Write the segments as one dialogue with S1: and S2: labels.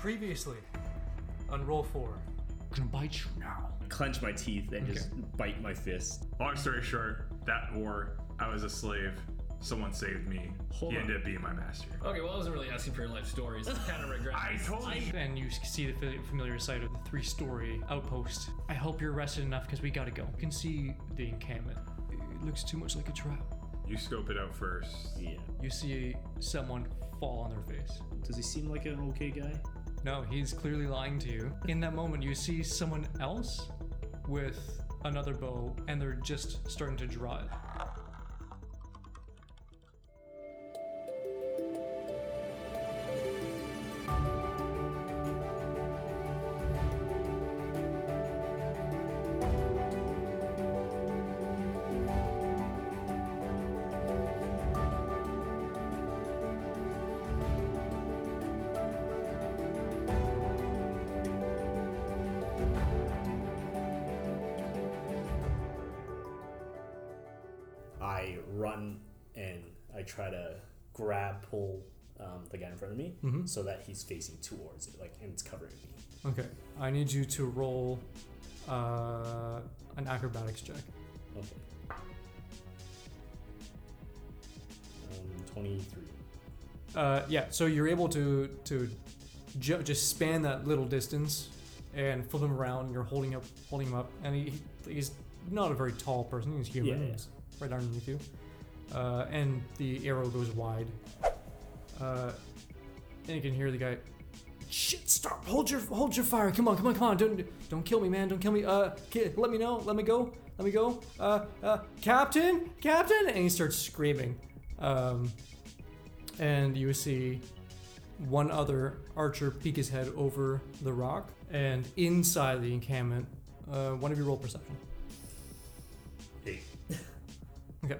S1: Previously on roll four.
S2: gonna bite you now.
S3: clench my teeth and just bite my fist.
S4: Long story short, that war, I was a slave. Someone saved me.
S3: Hold
S4: he
S3: on.
S4: ended up being my master.
S5: Okay, well, I wasn't really asking for your life stories. I kind of regret.
S4: I
S5: this.
S4: told you.
S2: And you see the fa- familiar sight of the three story outpost. I hope you're rested enough because we gotta go. You can see the encampment. It looks too much like a trap.
S4: You scope it out first.
S3: Yeah.
S2: You see someone fall on their face.
S3: Does he seem like an okay guy?
S2: No, he's clearly lying to you. In that moment, you see someone else with another bow, and they're just starting to draw it.
S3: I run and I try to grab, pull um, the guy in front of me so that he's facing towards it, like, and it's covering me.
S2: Okay, I need you to roll uh, an acrobatics check.
S3: Okay. Um, 23.
S2: Uh, yeah, so you're able to to ju- just span that little distance and flip him around. And you're holding up, holding him up, and he, he's not a very tall person. He's human.
S3: Yeah, yeah.
S2: He's right underneath you, uh, and the arrow goes wide. Uh, and you can hear the guy. Shit! Stop! Hold your hold your fire! Come on! Come on! Come on! Don't don't kill me, man! Don't kill me! Uh, ki- let me know! Let me go! Let me go! Uh, uh, Captain! Captain! And he starts screaming. Um, and you see one other archer peek his head over the rock and inside the encampment uh, one of you roll perception
S3: Eight.
S2: okay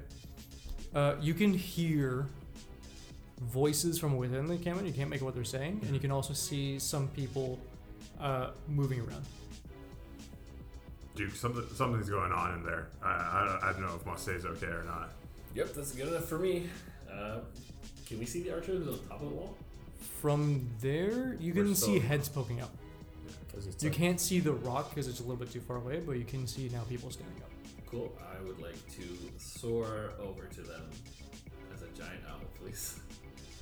S2: uh, you can hear voices from within the encampment you can't make out what they're saying and you can also see some people uh, moving around
S4: Duke, something, something's going on in there. I, I, don't- I don't know if Mustay's okay or not.
S5: Yep, that's good enough for me.
S3: Uh, can we see the archer who's on top of the wall?
S2: from there you can
S4: We're
S2: see
S4: still-
S2: heads poking up
S3: Because it's
S2: you
S3: like,
S2: can't see the rock because it's a little bit too far away but you can see now people standing up
S5: Cool. I would like to soar over to them as a giant owl, please.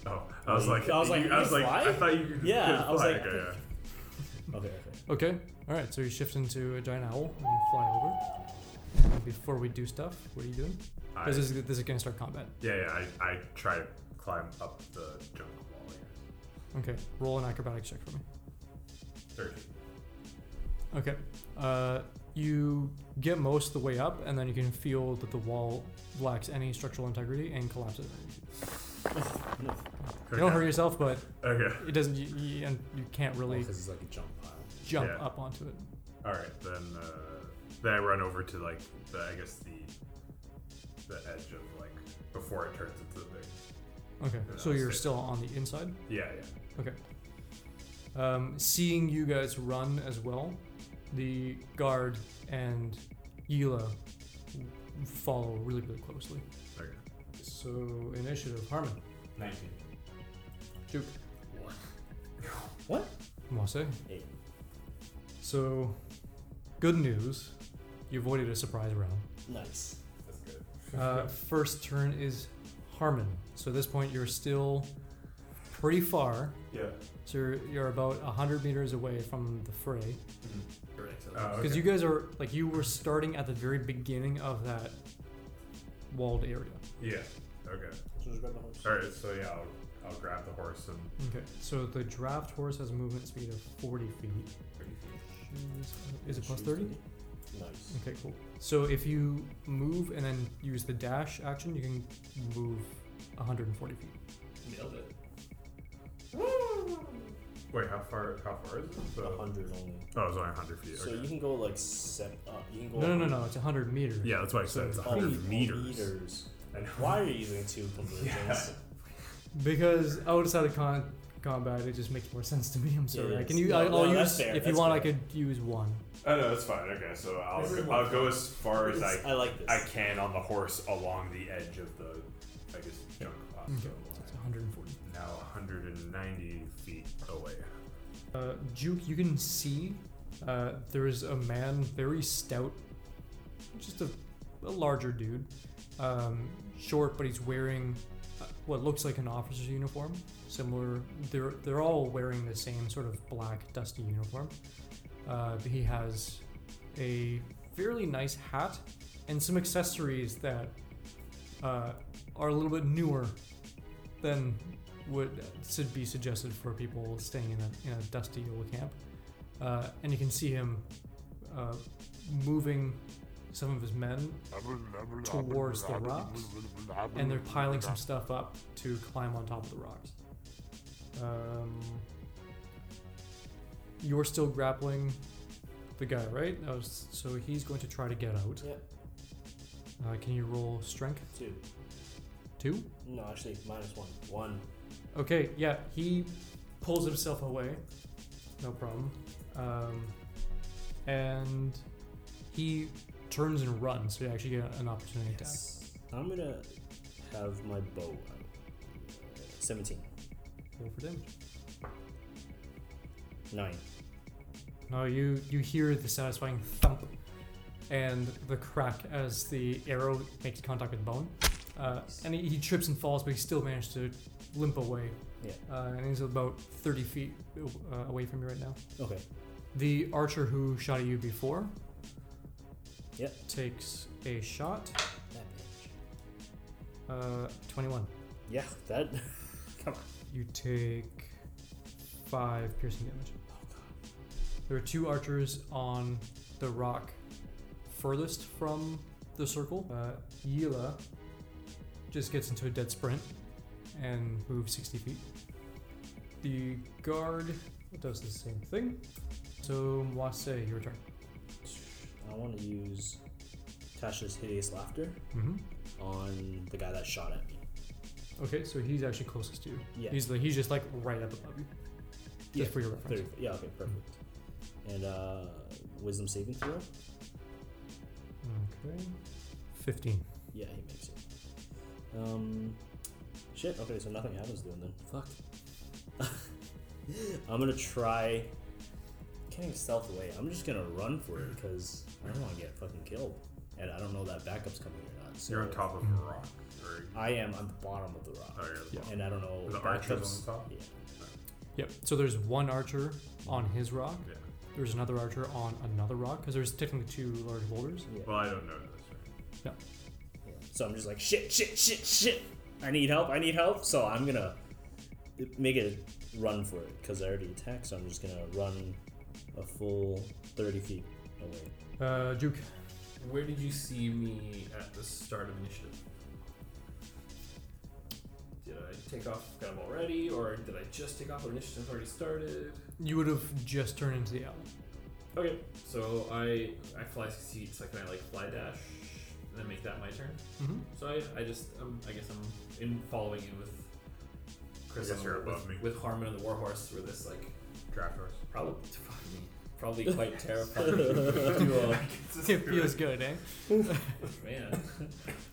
S4: Oh, I was like,
S3: I was like,
S4: you- I was
S3: you
S4: like,
S3: fly?
S4: I thought you could
S3: Yeah, I was
S4: fly.
S3: like-
S4: Okay, yeah.
S3: Okay, okay.
S2: Okay. All right. So you shift into a giant owl and you fly over. And before we do stuff, what are you doing?
S4: I-
S2: Because this, is- this is gonna start combat.
S4: Yeah, yeah, I, I try to climb up the jungle wall here.
S2: Okay. Roll an acrobatics check for me.
S4: 13.
S2: Okay. Uh, you get most of the way up, and then you can feel that the wall lacks any structural integrity and collapses. underneath you.
S3: Oh,
S2: You don't hurt yourself, but
S4: Okay.
S2: it doesn't. You, you, and you can't
S4: Oh,
S2: really
S3: Because it's like a jump pile.
S2: jump
S4: yeah.
S2: up onto it.
S4: All right, then uh, then I run over to like the I guess the the edge of like before it turns into the big.
S2: Okay.
S4: Yeah,
S2: So
S4: I'll
S2: you're
S4: stay-
S2: still on the inside.
S4: Yeah, yeah.
S2: Okay. Um, seeing you guys run as well, the guard and Hila follow really, really closely.
S4: Okay.
S2: So, initiative Harmon,
S3: 19.
S2: Duke,
S5: What?
S3: What?
S2: Mosse.
S3: Eight.
S2: So, good news you avoided a surprise round.
S3: Nice.
S4: That's good.
S2: Uh, first turn is Harmon. So, at this point, you're still pretty far.
S4: Yeah.
S2: So, you're, you're about 100 meters away from the fray.
S5: Correct. So
S4: Oh,
S2: Because
S4: okay.
S2: you guys are like you were starting at the very beginning of that walled area.
S4: Yeah. Okay.
S3: So just grab the horse.
S4: All right. So yeah, I'll, I'll grab the horse and
S2: Okay. So the draft horse has a movement speed of 40 feet.
S5: 30 feet.
S2: Is it plus 30?
S3: Nice.
S2: Okay, cool. So if you move and then use the dash action, you can move 140 feet.
S5: Nailed it.
S4: wait. How far? How far is
S2: Uh,
S3: A
S4: it? So,
S3: hundred only.
S4: oh, it's only hundred feet.
S3: So
S4: Okay.
S3: you can go like seven. Uh, you can go.
S2: No, no, no, no. It's 100 meters.
S4: yeah, that's why I said it's
S3: Oh,
S4: hundred meters.
S3: meters.
S4: I know.
S3: Why are you using two conversions?
S4: Yeah.
S2: Because outside of con- combat, it just makes more sense to me. I'm sorry. I
S3: yes.
S2: can use.
S3: No,
S2: I- I'll
S3: no, that's
S2: use.
S3: fair,
S2: If you
S3: that's
S2: want,
S3: fair.
S2: I could use one.
S4: Oh no, that's fine. Okay, so I'll
S5: This is
S4: go,
S5: one
S4: I'll go as far as
S3: This-
S4: I
S3: I like this.
S4: I can on the horse along the edge of the I guess junk box.
S2: Okay. So it's 140.
S4: now 190 feet away.
S2: Uh, Uh, Juke, you can see uh, there is a man, very stout, just a, a larger dude, um, short, but he's wearing uh, what looks like an officer's uniform. Similar, they're they're all wearing the same sort of black, dusty uniform. Uh, but he has a fairly nice hat and some accessories that uh, are a little bit newer than would uh, should be suggested for people staying in a, in a dusty old camp. Uh, and you can see him uh, moving some of his men,
S6: towards the rocks,
S2: and they're piling some stuff up to climb on top of the rocks. Um, you're still grappling the guy, right? That was- so he's going to try to get out.
S3: Yep.
S2: Uh, can you roll strength?
S3: Two.
S2: Two?
S3: No, actually, minus one. One.
S2: Okay, yeah, he pulls himself away. No problem. Um, and he turns and runs, so you actually get an opportunity
S3: I'm gonna have my bow out. Seventeen.
S2: attack. Roll for damage.
S3: Nine.
S2: No, you you hear the satisfying thump and the crack as the arrow makes contact with bone. Uh, and he, he trips and falls, but he still managed to limp away.
S3: Yeah.
S2: Uh, and he's about 30 feet uh, away from you right now.
S3: Okay.
S2: The archer who shot at you before
S3: Yep.
S2: takes a shot.
S3: That bitch.
S2: Uh, 21.
S3: Yeah, that. Come on.
S2: You take five piercing damage. There are two archers on the rock furthest from the circle. Uh, Yila just gets into a dead sprint and moves 60 feet. The guard does the same thing. So, Mwase, your turn.
S3: I want to use Tasha's hideous laughter
S2: Mm-hmm.
S3: on the guy that shot at me.
S2: Okay, so he's actually closest to you.
S3: Yeah.
S2: He's, like, he's just like right up above you.
S3: yeah.
S2: Just for your reference.
S3: 30. Yeah. Okay. Perfect. And uh, wisdom saving throw.
S2: Okay. 15.
S3: Yeah, he makes it. Um, shit. Okay, so nothing happens to him then. Fuck. I'm gonna try. Can't even stealth away. I'm just gonna run for it because I don't want to get fucking killed, and I don't know that backup's coming or not. So
S4: You're on top of a rock. Or,
S3: I am on the bottom of the rock,
S4: oh, you're-
S2: Yeah.
S3: and I don't know.
S4: The
S3: backup's-
S4: archer's on the top?
S3: Yeah.
S2: Yep. So there's one archer on his rock.
S4: yeah.
S2: There's another archer on another rock because there's technically two large boulders.
S3: Yeah.
S4: Well, I don't know this.
S2: No.
S3: Yeah. So I'm just like shit, shit, shit, shit. I need help. I need help. So I'm gonna make a run for it because I already attacked. So I'm just gonna run a full thirty feet away.
S2: Uh, Juke.
S5: Where did you see me at the start of initiative? Did I take off kind of already, or did I just take off when initiative already started?
S2: You would have just turned into the alley.
S5: Okay, so I I fly six feet, so can I like fly dash and then make that my turn?
S2: Mm-hmm.
S5: So I, I just um, I guess I'm in following in with Chris
S4: I guess
S5: and
S4: you're
S5: with,
S4: above me.
S5: with Harmon and the Warhorse for this like
S4: Draft horse.
S5: probably fuck me, probably quite terrifying duo.
S2: It feels good, eh?
S5: Man,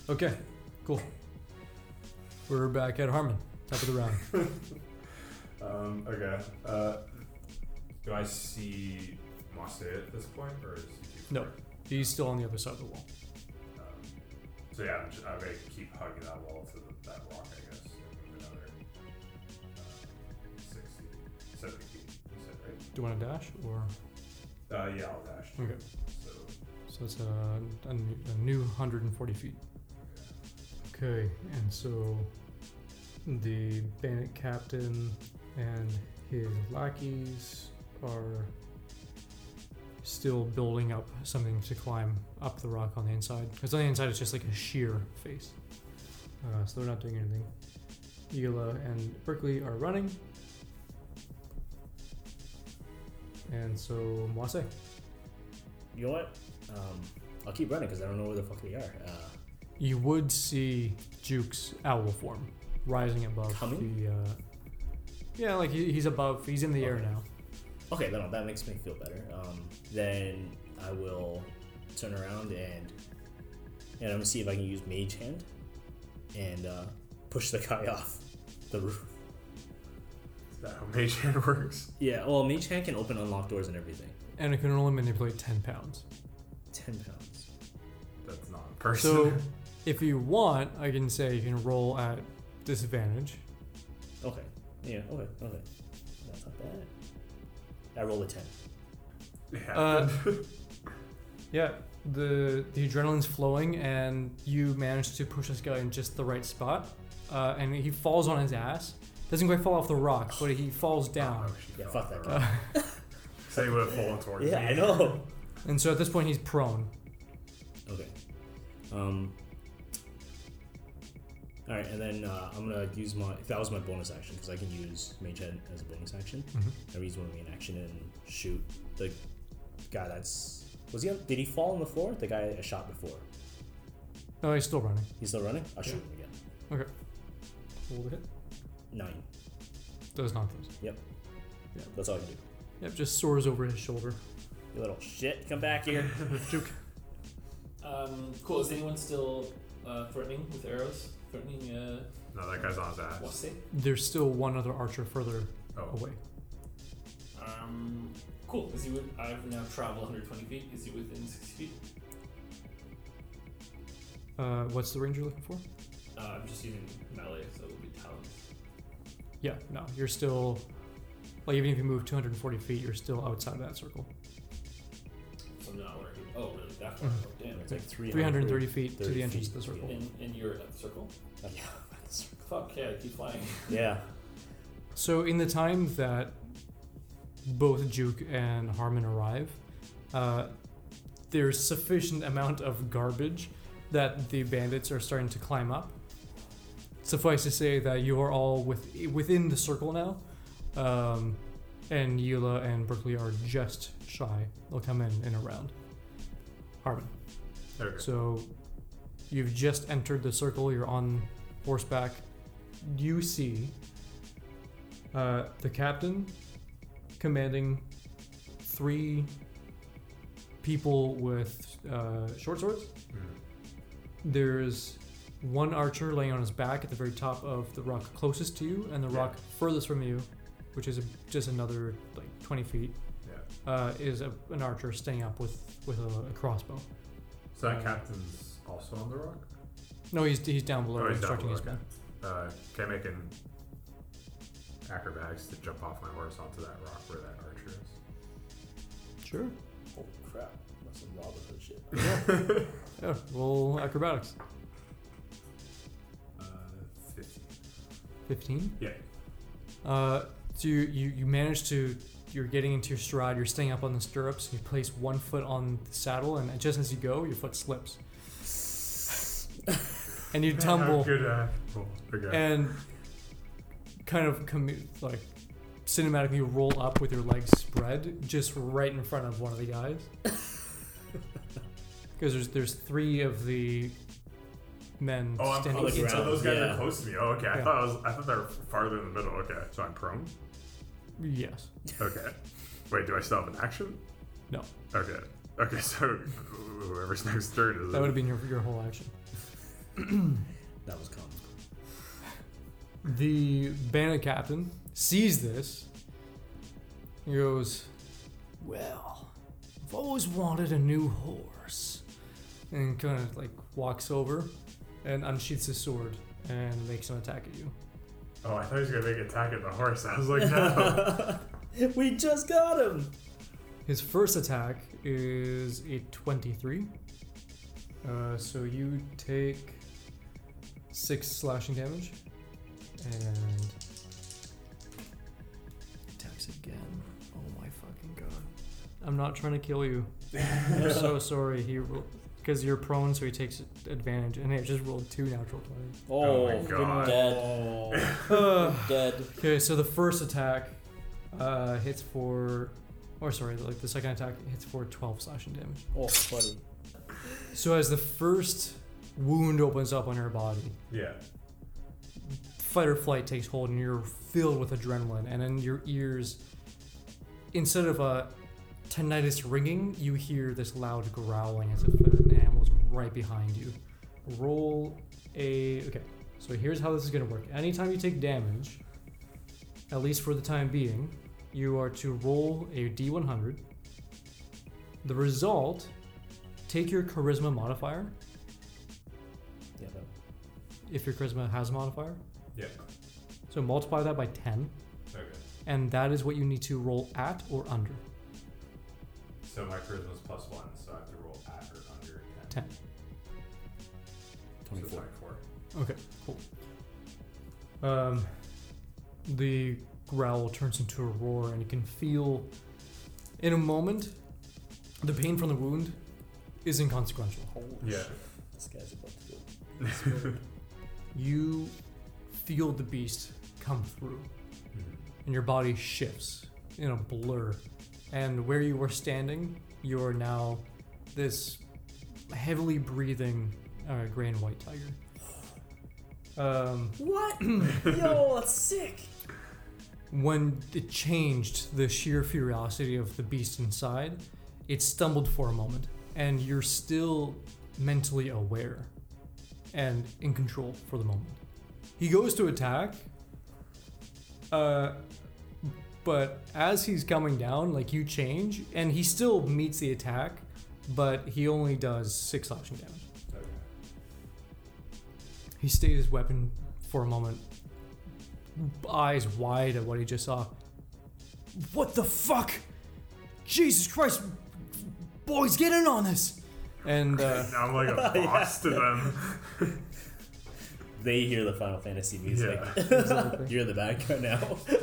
S2: Okay. Cool. We're back at Harmon. Top of the round.
S4: Um, okay. Uh, do I see Mosse at this point, or is he too
S2: No.
S4: far?
S2: He's still on the other side of the wall.
S4: Um, so yeah, I'm, just, I'm gonna keep hugging that wall to the, that rock, I guess. and move Another uh, 60, 70 feet. You said right?
S2: Do you want to dash or?
S4: Uh, yeah, I'll dash.
S2: Okay.
S4: So
S2: So it's a, a, new- a new 140 feet. Okay, and so the bandit captain and his lackeys are still building up something to climb up the rock on the inside. Because on the inside, it's just like a sheer face. Uh, so they're not doing anything. Eula and Berkeley are running. And so, Mwase.
S3: You know what? Um, I'll keep running because I don't know where the fuck we are. Uh,
S2: you would see Juke's owl form rising above
S3: Coming?
S2: the. Uh, yeah, like he, he's above. He's in the air
S3: Okay.
S2: now.
S3: okay, then that makes me feel better. Um, then I will turn around and and I'm gonna see if I can use Mage Hand and uh, push the guy off the roof.
S4: it's that how Mage Hand works.
S3: Yeah, well, Mage Hand can open unlock doors and everything.
S2: and it can only manipulate 10 pounds.
S3: 10 pounds.
S4: That's not a person.
S2: So if you want, I can say you can roll at disadvantage.
S3: Okay. Yeah, okay, okay. That's not bad. I rolled a 10.
S4: yeah.
S2: Uh, yeah, the the adrenaline's flowing, and you manage to push this guy in just the right spot, uh, and he falls on his ass. Doesn't quite fall off the rock, but he falls down.
S4: Oh, she
S3: Yeah,
S4: fell
S3: fuck that
S4: for
S3: guy.
S4: it. Say he would have fallen towards
S3: Yeah,
S4: me.
S3: I know.
S2: And so at this point, he's prone.
S3: Okay. Um. All right, and then uh, I'm gonna use my. That was my bonus action because I can use Mage Head as a bonus action. I use one of main action and shoot the guy that's. Was he? On, did he fall on the floor? The guy I shot before.
S2: No, he's still running.
S3: He's still running. I'll shoot him again.
S2: Okay. Roll the hit.
S3: Nine.
S2: Does not those.
S3: Yep.
S2: Yeah.
S3: That's all I can do.
S2: Yep, just soars over his shoulder.
S3: You little shit, come back here.
S2: Juke.
S5: Um, cool. Is anyone still uh, threatening with arrows? Threatening? Uh,
S4: No, that guy's on his ass.
S5: what's it?
S2: There's still one other archer further
S4: Oh,
S2: away.
S5: Um, cool. Is he? With, I've now traveled 120 feet. Is he within 60 feet?
S2: Uh, what's the ranger looking for?
S5: Uh, I'm just using melee, so it would be talons.
S2: Yeah, no, you're still. Like, even if you move 240 feet, you're still outside that circle.
S5: So I'm not working. Oh, really? That far?
S2: Mhm.
S5: Oh, damn.
S3: It's like
S2: 330 feet to
S3: 30
S2: the entrance of the
S3: feet,
S2: circle.
S5: And, and you're at the circle.
S3: Yeah.
S5: Fuck yeah! I keep flying.
S3: yeah.
S2: So, in the time that both Juke and Harmon arrive, uh, there's sufficient amount of garbage that the bandits are starting to climb up. Suffice to say that you are all with, within the circle now, um, and Yula and Berkeley are just shy. They'll come in in a round. Harmon.
S4: there we go.
S2: So you've just entered the circle, you're on horseback. You see uh, the captain commanding three people with uh, short swords.
S4: Mm.
S2: There's one archer laying on his back at the very top of the rock closest to you, and the
S4: Yeah.
S2: rock furthest from you, which is just another like 20 feet,
S4: Yeah.
S2: uh, is a, an archer staying up with, with a, a crossbow.
S4: So that
S2: Uh,
S4: captain's also on the rock?
S2: No, he's, he's down below
S4: Oh, he's down
S2: instructing
S4: below,
S2: his men.
S4: okay. Uh, can I make an acrobatics to jump off my horse onto that rock where that archer is?
S2: Sure.
S3: Holy crap. That's some Robin Hood shit.
S2: Yeah, roll acrobatics.
S4: Uh, 50.
S2: 15.
S4: Yeah.
S2: Uh, so you, you, you manage to, you're getting into your stride, you're staying up on the stirrups, you place one foot on the saddle, and just as you go, your foot slips. and you
S4: How
S2: tumble,
S4: Good uh, roll. Okay.
S2: and kind of commu- like cinematically roll up with your legs spread, just right in front of one of the guys. Because there's, there's three of the men
S4: Oh, I'm
S2: standing
S4: close.
S3: inside.
S4: So those guys
S3: Yeah.
S4: are close to me. Oh, okay. I
S2: Yeah.
S4: thought I was. I thought they were farther in the middle. Okay, so I'm prone.
S2: Yes.
S4: Okay. Wait, do I still have an action?
S2: No.
S4: Okay. Okay, so whoever's next turn is.
S2: That would have been your, your whole action.
S3: That was common.
S2: The bandit captain sees this. He goes, Well, I've always wanted a new horse. And kind of like walks over and unsheaths his sword and makes an attack at you.
S4: Oh, I thought he was gonna make an attack at the horse. I was like, no.
S3: We just got him.
S2: His first attack is a 23. Uh, so you take 6 slashing damage. And. Attacks again. Oh my fucking god. I'm not trying to kill you. I'm so sorry. He. Because you're prone, so he takes advantage. And it just rolled 2 natural 20.
S4: Oh my God. Oh.
S3: dead. dead.
S2: Okay, so the first attack uh, hits for. Or sorry, like the second attack hits for 12 slashing damage.
S3: Oh, buddy.
S2: So as the first wound opens up on your body,
S4: yeah.
S2: fight or flight takes hold, and you're filled with adrenaline. And in your ears, instead of a tinnitus ringing, you hear this loud growling as if an animal's right behind you. Roll a okay. So here's how this is gonna work. Anytime you take damage, at least for the time being, you are to roll a d100. The result, take your charisma modifier,
S3: Yeah, no.
S2: if your charisma has a modifier.
S4: Yeah.
S2: So multiply that by 10,
S4: Okay.
S2: and that is what you need to roll at or under
S4: So my charisma's plus one, so I have to roll at or under
S2: 10.
S4: 24. So 24.
S2: Okay, cool. Um, the growl turns into a roar, and you can feel in a moment the pain from the wound is inconsequential.
S4: Yeah.
S3: This guy's about to go.
S2: You feel the beast come through, and your body shifts in a blur. And where you were standing, you are now this heavily breathing uh, gray and white tiger. Um,
S3: What? Yo, that's sick.
S2: when it changed the sheer ferocity of the beast inside, it stumbled for a moment, and you're still mentally aware and in control for the moment. He goes to attack, uh, but as he's coming down, like you change, and he still meets the attack, but he only does six slashing damage.
S4: Okay.
S2: He stayed his weapon for a moment, eyes wide at what he just saw. What the fuck? Jesus Christ! Boys, get in on this! And uh,
S4: Now I'm like a boss to them.
S3: They hear the Final Fantasy music.
S4: Yeah.
S3: You're the bad guy now.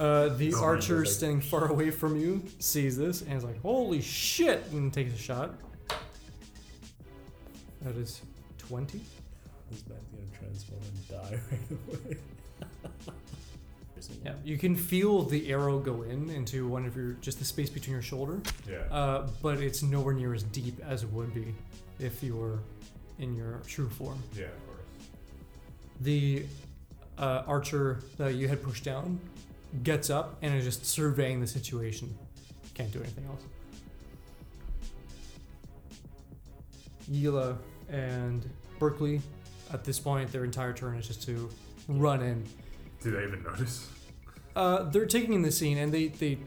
S2: uh, the
S4: Oh, man,
S2: archer
S3: that's like-
S2: standing far away from you sees this and is like, holy shit! And takes a shot. That is 20.
S3: this man's gonna transform and die right away.
S2: Yeah, you can feel the arrow go in into one of your, just the space between your shoulder.
S4: Yeah.
S2: Uh, but it's nowhere near as deep as it would be if you were in your true form.
S4: yeah, of course.
S2: The uh, archer that you had pushed down gets up and is just surveying the situation. Can't do anything else. Yila and Berkeley, at this point, their entire turn is just to run in.
S4: Do they even notice?
S2: Uh, they're taking in the scene and they they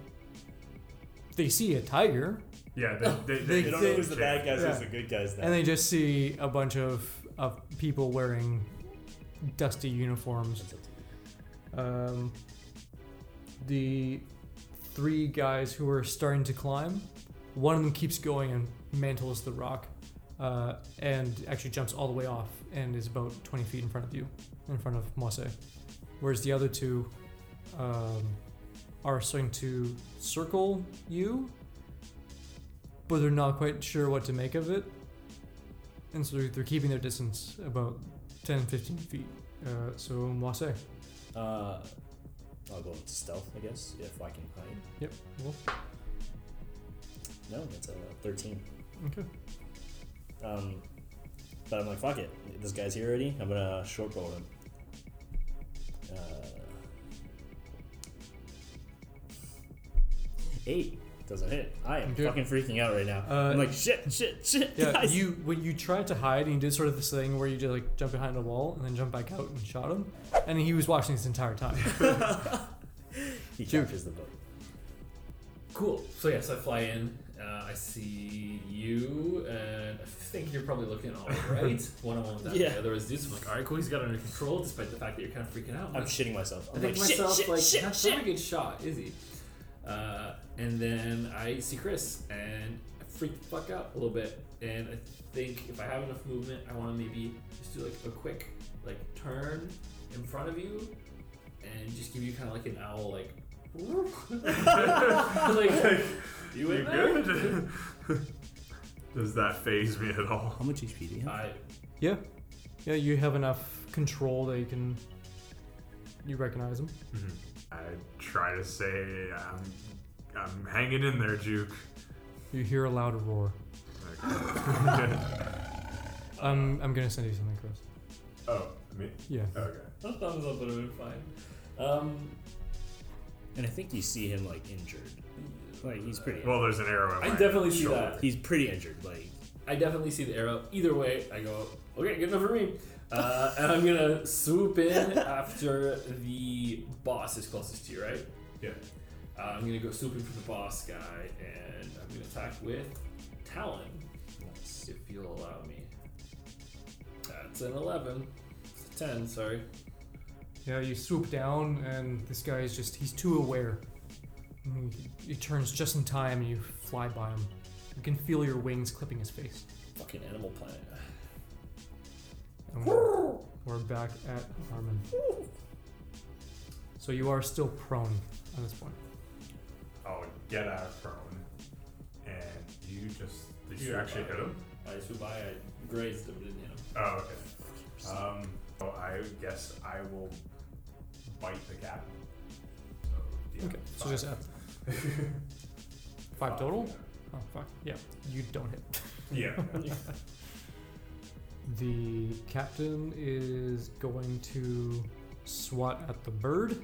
S2: they see a tiger
S4: Yeah, they, they,
S2: They-
S4: they,
S3: They don't know
S2: they-
S3: who's the bad guys,
S2: Yeah.
S3: who's the good guys now.
S2: And they just see a bunch of, of people wearing dusty uniforms. Um, the three guys who are starting to climb, one of them keeps going and mantles the rock uh, and actually jumps all the way off and is about 20 feet in front of you, in front of Mosse. Whereas the other two um, are starting to circle you, but they're not quite sure what to make of it. And so they're, they're keeping their distance about 10, 15 feet. Uh, so, Moise.
S3: Uh, I'll go with stealth, I guess, if I can hide.
S2: Yep. Cool.
S3: No, that's a 13.
S2: Okay.
S3: Um, but I'm like, fuck it. This guy's here already. I'm gonna short roll him. Uh, eight doesn't hit. I am
S2: Okay.
S3: fucking freaking out right now.
S2: Uh,
S3: I'm like, shit, shit, shit.
S2: Yeah,
S3: guys.
S2: you when you tried to hide and you did sort of this thing where you just like jump behind a wall and then jump back out and shot him, and he was watching this entire time.
S3: he captures the boat.
S5: Cool. So yes, I fly in. Uh, I see you, and I think you're probably looking all right. One on one with that
S3: Yeah.
S5: guy. Otherwise, dudes, I'm like, all right, cool. He's got it under control, despite the fact that you're kind of freaking out.
S3: I'm
S5: Like,
S3: shitting myself.
S5: I
S3: I'm
S5: think
S3: like,
S5: to
S3: shit,
S5: myself,
S3: shit,
S5: like,
S3: shit,
S5: that's
S3: shit.
S5: not a good shot, is he? Uh, and then I see Chris, and I freak the fuck out a little bit. And I think if I have enough movement, I want to maybe just do like a quick like turn in front of you, and just give you kind of like an owl like. like you
S4: You
S5: in there?
S4: good? Does that phase me at all?
S3: How much HP do you have?
S5: I
S2: yeah, yeah, you have enough control that you can you recognize him.
S4: I try to say I'm I'm hanging in there, Juke.
S2: You hear a loud roar.
S4: Okay.
S2: Um, I'm gonna send you something, Chris.
S4: oh, me?
S2: Yeah.
S4: Okay.
S5: that thumbs up would have been fine. Um,
S3: And I think you see him like injured. Like he's pretty.
S4: Well, there's an arrow in
S5: I
S4: my
S5: definitely see
S4: shoulder.
S5: that.
S3: he's pretty injured. Like
S5: I definitely see the arrow. Either way, I go, okay, good enough for me. Uh, and I'm gonna swoop in after the boss is closest to you, right?
S4: Yeah.
S5: Uh, I'm gonna go swoop in for the boss guy, and I'm gonna attack with Talon,
S3: Nice.
S5: if you'll allow me. That's an 11. It's a 10, sorry.
S2: Yeah, you swoop down, and this guy is just, he's too aware. And He, he turns just in time, and you fly by him. You can feel your wings clipping his face.
S5: Fucking Animal Planet.
S2: And we're, we're back at Harmon. So you are still prone at this point.
S4: I'll get out of prone. And you just. Did you
S5: Sure.
S4: actually hit him?
S5: I swoop by, I grazed him, didn't hit him.
S4: Oh, okay. Um, so I guess I will bite the gap. So, yeah,
S2: Okay, so just
S4: five.
S2: at five total?
S4: yeah.
S2: Oh, fuck. Yeah, you don't hit.
S4: Yeah.
S2: The captain is going to swat at the bird.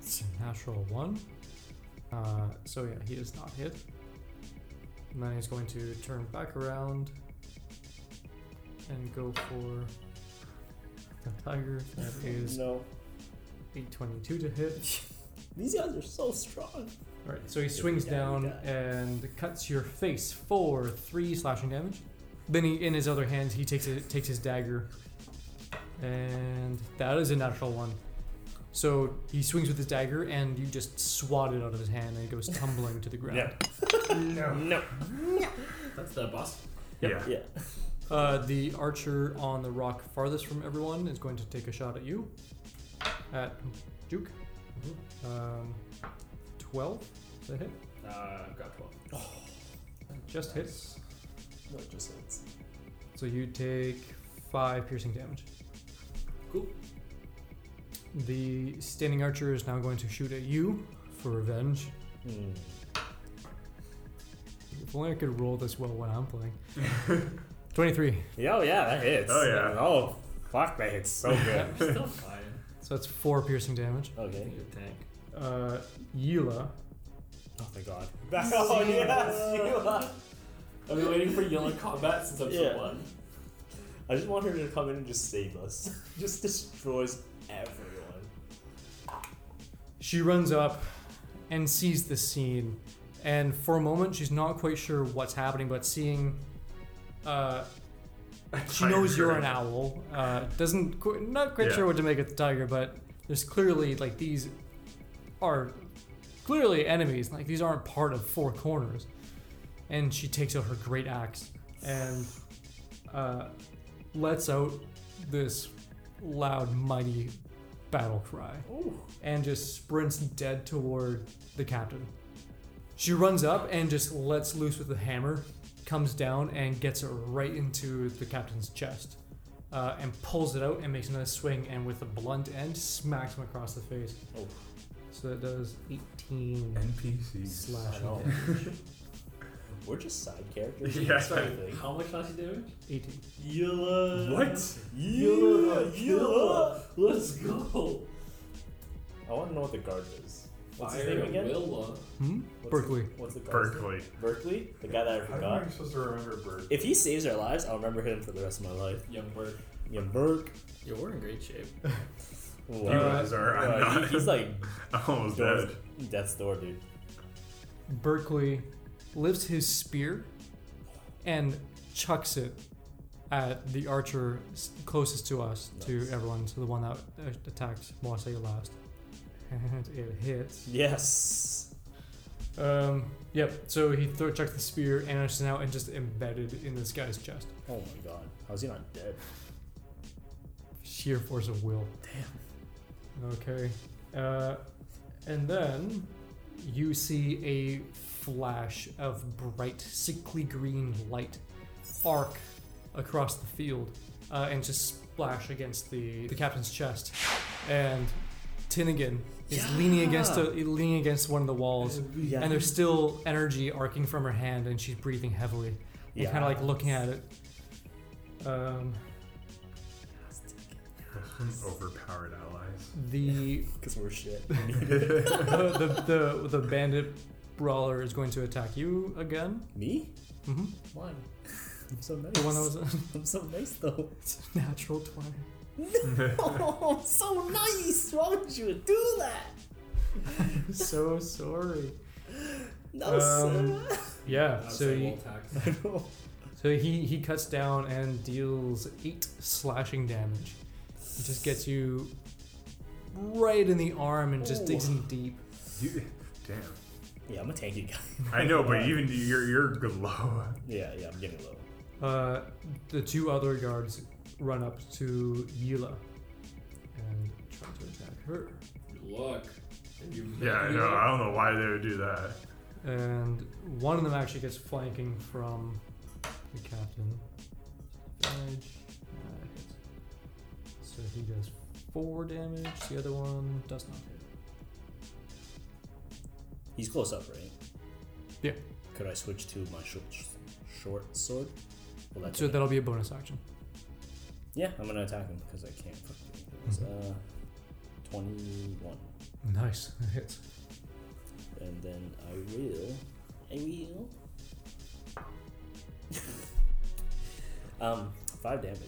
S2: It's a natural one. Uh, so yeah, he is not hit. And then he's going to turn back around and go for the tiger. That is
S3: No.
S2: 822 to hit.
S3: These guys are so strong.
S2: Alright, so he swings
S3: we die,
S2: down
S3: we die.
S2: and cuts your face for three slashing damage. Then he, in his other hand, he takes it, takes his dagger, and that is a natural one. So he swings with his dagger, and you just swat it out of his hand, and it goes tumbling to the ground.
S4: Yeah. no.
S3: No.
S5: That's the boss.
S4: Yeah.
S3: Yeah.
S2: Uh, the archer on the rock farthest from everyone is going to take a shot at you, at Duke. Um, Twelve, is that hit?
S5: Uh, I've got 12.
S2: Just hits.
S3: No, it just hits.
S2: So you take five piercing damage.
S5: Cool.
S2: The standing archer is now going to shoot at you for revenge.
S3: Hmm.
S2: If only I could roll this well when I'm playing. 23.
S3: Yeah, Oh yeah, that hits.
S4: Oh, yeah.
S3: Oh fuck, that hits so good.
S5: I'm still fine.
S2: So that's four piercing damage.
S5: I
S3: okay.
S5: think you're a
S2: Uh,
S5: tank.
S2: Yila.
S3: Oh thank God. oh yes, you are.
S5: I've been waiting for yellow combat since episode
S3: Yeah.
S5: one.
S3: I just want her to come in and just save us. just destroys everyone.
S2: She runs up and sees this scene. And for a moment, she's not quite sure what's happening, but seeing. Uh, she knows you're an owl. Uh, doesn't qu- not quite
S4: Yeah.
S2: sure what to make of the tiger, but there's clearly like these are clearly enemies. Like these aren't part of four corners. And she takes out her great axe and uh, lets out this loud, mighty battle cry, and just sprints dead toward the captain. She runs up and just lets loose with the hammer, comes down and gets it right into the captain's chest, uh, and pulls it out and makes another swing, and with the blunt end, smacks him across the face.
S3: Oh.
S2: So that does 18
S4: NPCs.
S2: slash
S3: We're just side characters.
S4: Yeah.
S5: Sorry, how much nasty damage?
S2: 18.
S5: Yellow.
S4: What?
S3: Yula, Yula.
S5: Let's go.
S3: I want to know what the guard is. What's his
S5: Fire
S3: name again?
S5: Willa.
S2: Hmm?
S3: What's
S2: Berkeley.
S3: The, what's the guard's name?
S4: Berkeley.
S3: Berkeley, the guy that I
S4: How am I
S3: forgot.
S4: supposed to remember Berkeley?
S3: If he saves our lives, I'll remember him for the rest of my life.
S5: Young Burke.
S3: Yeah, Burke.
S5: Yo, we're in great shape.
S4: You
S3: Wow.
S2: Uh,
S4: guys are. I'm
S3: Wow,
S4: not.
S3: he- he's like
S4: I'm almost
S3: doors,
S4: dead.
S3: death's door, dude.
S2: Berkeley lifts his spear and chucks it at the archer s- closest to us,
S3: Nice.
S2: to everyone, to the one that uh, attacked Mossy last. And it hits.
S3: Yes.
S2: Um, yep, so he throw chucks the spear and it's now and just embedded in this guy's chest.
S3: Oh my god. How's he not dead?
S2: Sheer force of will. Damn. Okay. Uh, and then you see a flash of bright, sickly green light arc across the field uh, and just splash against the, the captain's chest. And Tinnigan is leaning against a, leaning against one of the walls,
S3: Yeah.
S2: and there's still energy arcing from her hand, and she's breathing heavily. You're kind of like looking at it. Um,
S4: Overpowered allies.
S2: the
S3: Because we're shit.
S2: the, the, the the bandit Brawler is going to attack you again.
S3: Me?
S2: Mm-hmm.
S5: One.
S3: I'm so nice.
S2: The one that was
S3: I'm so nice though.
S2: it's a natural 20.
S3: No, I'm so nice. Why would you do that?
S2: so sorry.
S3: No,
S2: Um,
S3: sir.
S2: Yeah, so
S5: Outside wall
S2: you,
S5: tax.
S3: I
S2: Um,
S3: know.
S2: so he he cuts down and deals 8 slashing damage. He just gets you right in the arm and just digs in deep.
S4: You, damn.
S3: Yeah, I'm a tanky guy.
S4: I know, but even you're you're low.
S3: Yeah, yeah, I'm getting low.
S2: Uh, the two other guards run up to Yila and try to attack her.
S5: Good luck. And you-
S4: Yeah, I know. I don't know why they would do that.
S2: And one of them actually gets flanking from the captain. Damage. Uh, hits. So he does four damage. The other one does not hit.
S3: He's close up, right?
S2: Yeah.
S3: Could I switch to my short, short sword? Well, that's
S2: So that'll be a bonus action.
S3: yeah, I'm gonna attack him because I can't fucking. It's,
S2: Mm-hmm.
S3: uh, twenty-one,
S2: Nice. That hits.
S3: and then I will, I will. um, five damage.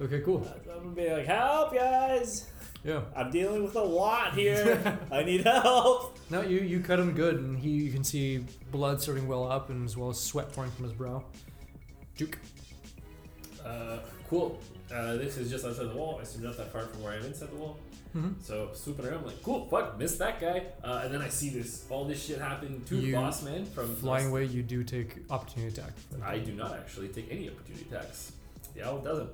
S2: Okay, cool.
S3: I'm gonna be like, help, guys!
S2: Yeah.
S3: I'm dealing with a lot here. I need help.
S2: No, you, you cut him good, and he you can see blood starting well up, and as well as sweat pouring from his brow. Duke.
S5: Uh, cool. Uh, this is just outside the wall. I assume not that far from where I am inside the wall.
S2: Mhm.
S5: So swooping around, like, cool, fuck, missed that guy. Uh, and then I see this, all this shit happen to
S2: You
S5: boss man from
S2: Flying away, you do take opportunity attack.
S5: I do not actually take any opportunity attacks. The owl doesn't.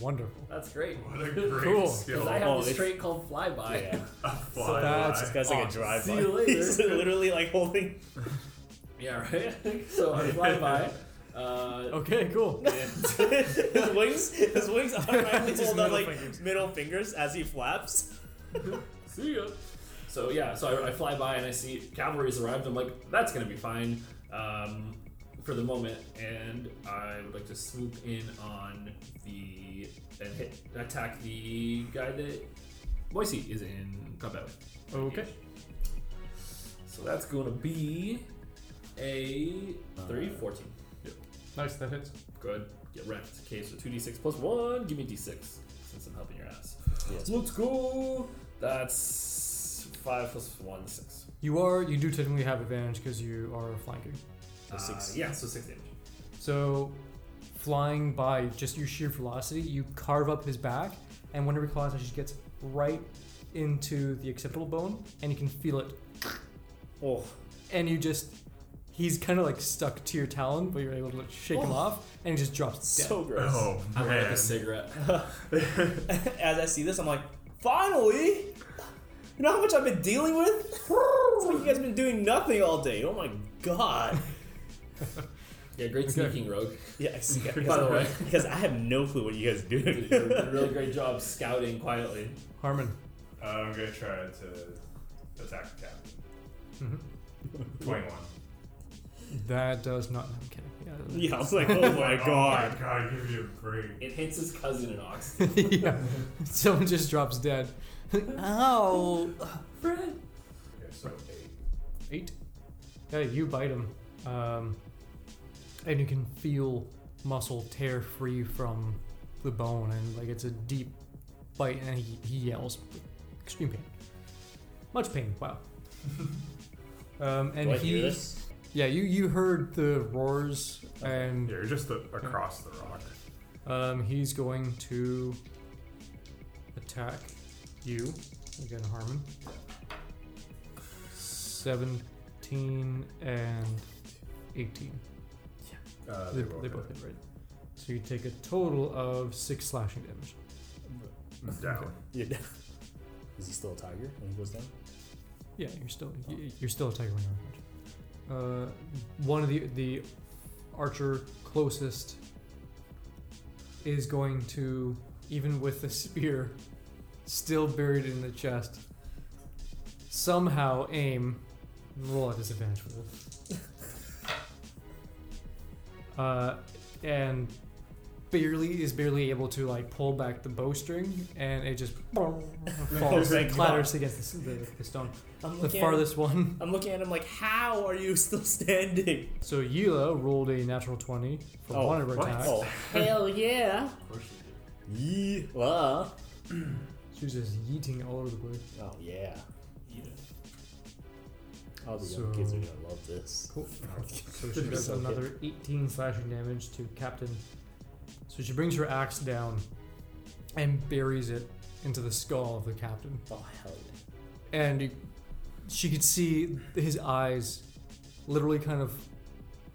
S2: Wonderful.
S5: That's great.
S4: What a great
S2: Cool.
S5: Because
S4: skill.
S5: I have
S3: Oh,
S5: this
S3: it's-
S5: trait called flyby.
S3: Yeah,
S4: Fly
S2: that's-
S4: by.
S3: this guy's like
S2: Oh,
S3: a drive
S5: see you
S3: by. He's
S5: later.
S3: literally like holding.
S5: Yeah, right? so I fly by. Uh,
S2: Okay, cool.
S3: his wings, his wings automatically
S2: Just
S3: hold out
S2: middle
S3: like
S2: fingers.
S3: middle fingers as he flaps.
S5: see ya. So yeah, so I, I fly by and I see cavalry's arrived. I'm like, that's gonna be fine um, for the moment, and I would like to swoop in on the and hit attack the guy that Boise is in combat with.
S2: Okay.
S5: So that's gonna be a three fourteen.
S2: Nice, that hits.
S5: Good. Get wrecked. Okay, so 2d6 plus 1. Give me d d6 since I'm helping your ass.
S3: Yes.
S5: Let's go. That's 5 plus 1, 6.
S2: You are, you do technically have advantage because you are flanking.
S5: Uh,
S3: six.
S5: Yeah, so 6 damage.
S2: So, flying by just your sheer velocity, you carve up his back, and whenever he claws, it just gets right into the occipital bone, and you can feel it.
S3: Oh,
S2: And you just, he's kind of like stuck to your talon, but you're able to shake him off, and he just drops dead.
S3: so gross.
S4: Oh
S5: I light up
S4: man.
S5: a cigarette.
S3: As I see this, I'm like, finally! You know how much I've been dealing with? It's like you guys been doing nothing all day. Oh my god.
S5: Yeah, great sneaking rogue.
S3: Yeah, I see. Because,
S5: By the way.
S3: because I have no clue what you guys are
S5: You did a
S3: doing.
S5: really great job scouting quietly.
S2: Harmon.
S4: I'm gonna try to attack the captain.
S2: Mm-hmm.
S4: Twenty-one.
S2: That does not. No, I'm kidding. Yeah, that doesn't-
S3: yeah, I was like, oh my
S4: Oh
S3: god.
S4: my god, give me a break.
S5: It hits his cousin in Ox.
S2: yeah. Someone just drops dead. Ow.
S5: Fred!
S4: Okay, so eight.
S2: Eight. Yeah, you bite him. Um, and you can feel muscle tear free from the bone, and like it's a deep bite, and he, he yells. Extreme pain. Much pain, wow. um, and
S3: Do I
S2: he.
S3: hear this?
S2: Yeah, you, you heard the roars, and
S4: You're just a- across the rock.
S2: um, he's going to attack you again, Harmon. Seventeen and eighteen.
S4: Uh,
S2: They, they both hit, right? So you take a total of six slashing damage.
S4: hit. Down.
S3: You're down. Is he still a tiger when he goes down?
S2: Yeah, you're still you- you're still attacking when you're on charge. Uh, one of the the archer closest is going to even with the spear still buried in the chest somehow aim roll at disadvantage for this. Uh, and barely is barely able to like pull back the bowstring, and it just falls
S3: There's
S2: and
S3: like-
S2: clatters against the, the, the stone.
S3: I'm
S2: The
S3: looking
S2: farthest one.
S3: At him, I'm looking at him like, how are you still standing?
S2: So Yila rolled a natural twenty for
S3: Oh,
S2: one of her
S3: what?
S2: attacks.
S3: Oh, hell yeah.
S5: Of course you do.
S3: Yeah. Oh,
S2: She was just yeeting all over the place.
S3: yeah.
S5: You do.
S3: All the young kids are
S2: So-
S3: gonna love this.
S2: Cool. So she does
S3: So good.
S2: another 18 slashing damage to Captain. So she brings her axe down and buries it into the skull of the captain.
S3: Oh, hell yeah.
S2: And you, she could see his eyes literally kind of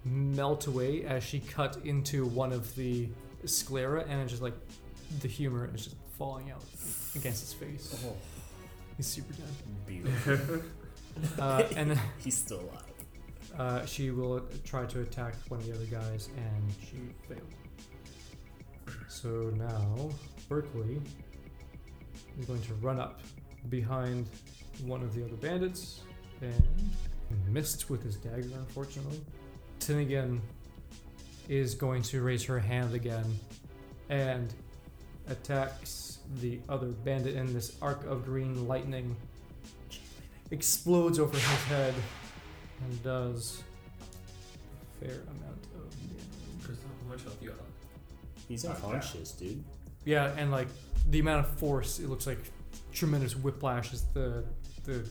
S2: melt away as she cut into one of the sclera, and it's just like the humor is just falling out against his face.
S3: Oh,
S2: He's super dead.
S3: beautiful.
S2: Uh, and then
S3: He's still alive.
S2: Uh, she will try to attack one of the other guys, and she failed. So now Berkeley is going to run up behind one of the other bandits and missed with his dagger, unfortunately. Tinigan is going to raise her hand again and attacks the other bandit, and this arc of green lightning explodes over his head and does a fair amount of damage.
S5: Chris, how much health you got?
S3: He's
S4: Knocked
S3: unconscious, dude.
S2: Yeah, and like the amount of force, it looks like tremendous whiplash as the the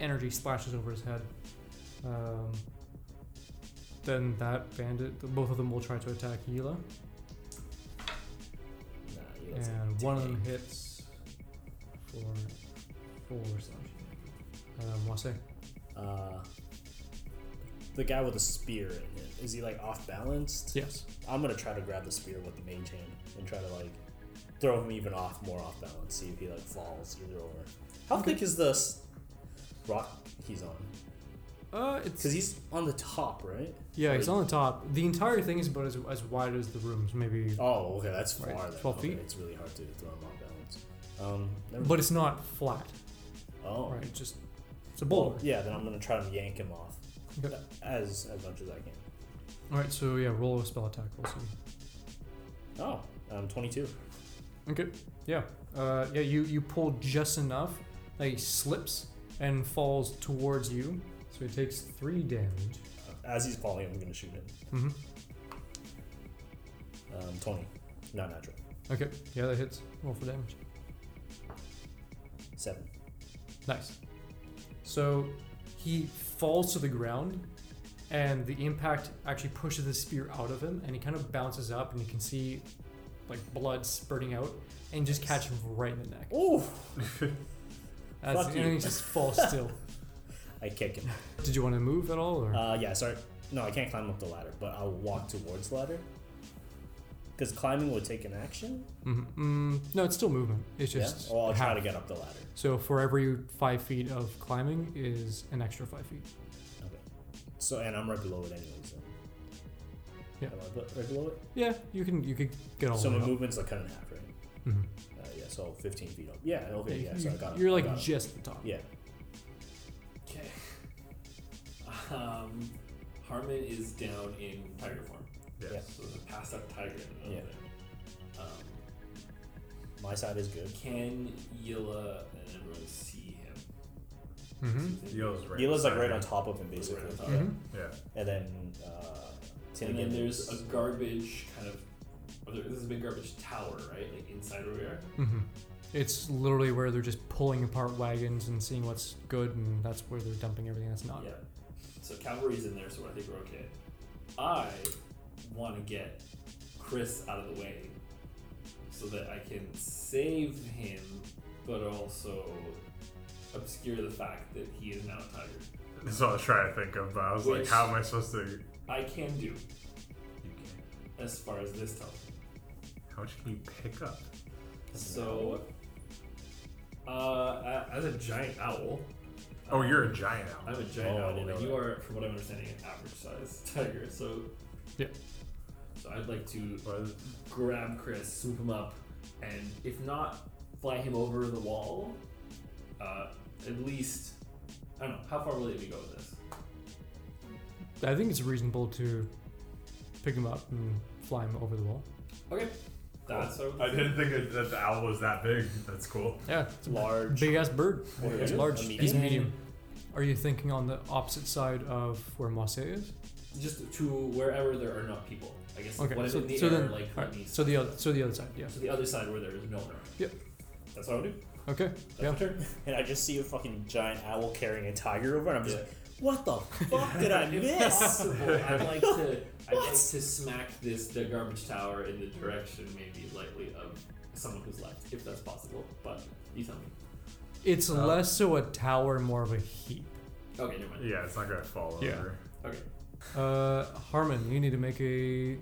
S2: energy splashes over his head. Um, then that bandit, both of them will try to attack Yila,
S3: Nah, he doesn't
S2: and one of them
S3: take.
S2: hits for four slashing. Um, what's it?
S3: Uh, the guy with the spear in it. Is he like off balanced?
S2: Yes.
S3: I'm gonna try to grab the spear with the mage hand and try to like throw him even off more off balance, see if he like falls either or. How thick is this rock he's on?
S2: Uh, it's
S3: Because he's on the top, right?
S2: yeah, it's on the top. The entire thing is about as, as wide as the rooms, maybe
S3: Oh, okay, that's far.
S2: Right,
S3: then.
S2: 12
S3: Okay,
S2: feet.
S3: It's really hard to throw him off balance. Um, never
S2: but it's not flat.
S3: oh,
S2: Right, just it's a
S3: Well,
S2: boulder.
S3: yeah, then I'm gonna try to yank him off
S2: Okay.
S3: as as much as I can.
S2: All right, so yeah, roll a spell attack. We'll see.
S3: Oh, um, 22.
S2: Okay. Yeah. Uh, yeah. You you pull just enough. Like he slips and falls towards you, so he takes three damage.
S3: As he's falling, I'm gonna shoot him.
S2: hmm
S3: Um, 20, not natural.
S2: Okay. Yeah, that hits. Roll for damage.
S3: Seven.
S2: Nice. So he falls to the ground, and the impact actually pushes the spear out of him, and he kind of bounces up, and you can see like blood spurting out, and just catch him right in the neck.
S3: Ooh,
S2: That's,
S3: fuck
S2: and
S3: you.
S2: he just falls still.
S3: I kick him.
S2: Did you want to move at all, or?
S3: Uh, yeah, sorry. No, I can't climb up the ladder, but I'll walk towards the ladder. Because climbing would take an action.
S2: Mm, mm, no, it's still movement. It's
S3: Yeah.
S2: just
S3: Or I'll try
S2: half.
S3: to get up the ladder.
S2: So for every five feet of climbing is an extra five feet.
S3: Okay. So, and I'm right below it anyways. Then.
S2: Yeah.
S3: Am I bu- right below it?
S2: Yeah, you can you could get all
S3: so
S2: the
S3: my
S2: way up.
S3: movement's like cut in half, right?
S2: Mhm.
S3: Uh, yeah, so 15 feet up. Yeah, okay,
S2: Yeah,
S3: yeah, so I got
S2: you're
S3: I
S2: like
S3: got him.
S2: just at the top.
S3: Yeah.
S5: Okay. Um, Harmon is down in tiger form.
S4: Yes.
S3: Yeah.
S5: So the pass up tiger. and
S3: Yeah.
S5: everything. Um,
S3: My side is good.
S5: can Yilla and everyone see him?
S2: hmm
S4: Yila's right.
S3: Yila's like right
S4: beside
S3: on
S4: me.
S3: top of him, basically.
S5: Right on top.
S2: hmm
S4: Yeah.
S3: And then, uh,
S5: And then
S3: Tinnigan
S5: there's a
S3: is-
S5: garbage kind of. oh, there- This is a big garbage tower, right? Like inside where we are.
S2: hmm It's literally where they're just pulling apart wagons and seeing what's good, and that's where they're dumping everything that's
S4: Uh-huh.
S2: not.
S5: Yeah. So cavalry's in there, so I think we're okay. I want to get Chris out of the way so that I can save him, but also obscure the fact that he is now a tiger.
S4: That's what I was trying to think of, but I was like,
S5: Which-
S4: how am I supposed to? You
S5: I can do
S4: can't.
S5: as far as this tells me.
S4: How much can you pick up?
S5: So, uh, a- as a giant owl.
S4: Oh, you're a giant owl.
S5: I'm a giant
S3: Oh, I
S5: owl,
S3: didn't
S5: and
S3: know
S5: you
S3: that.
S5: are, from what I'm understanding, an average sized tiger. So,
S2: Yeah.
S5: So I'd like to
S4: What is it?
S5: grab Chris, swoop him up, and if not, fly him over the wall. Uh, at least, I don't know, how far will it be go with this?
S2: I think it's reasonable to pick him up and fly him over the wall.
S5: Okay. That's what
S4: I didn't think it, that the owl was that big. That's cool.
S2: Yeah, it's a
S3: Large.
S2: big ass bird.
S3: Or
S2: It's
S3: is it
S2: large.
S3: a
S2: He's
S3: medium?
S2: medium. Are you thinking on the opposite side of where Masse is?
S5: just to wherever there are not people. I guess
S2: Okay,
S5: when it's
S2: so,
S5: in the
S2: so
S5: air,
S2: then,
S5: like
S2: alright,
S5: that means
S2: so the other, so the other side, yeah.
S5: to the other side where there is no one. around.
S2: Yep.
S5: That's what I would do.
S2: Okay,
S5: That's
S2: yeah.
S5: my turn.
S3: And I just see a fucking giant owl carrying a tiger over, and I'm just
S5: Yeah.
S3: like, what the fuck did I
S5: If
S3: miss?
S5: possible, I'd like to. I'd like
S3: What?
S5: to smack this the garbage tower in the direction maybe lightly of someone who's left, if that's possible. But you tell me.
S2: It's less so a tower, more of a heap.
S5: Okay, never mind.
S4: Yeah, it's not gonna fall
S2: Yeah.
S4: over.
S5: Okay.
S2: Uh, Harmon, you need to make a
S4: Yeah.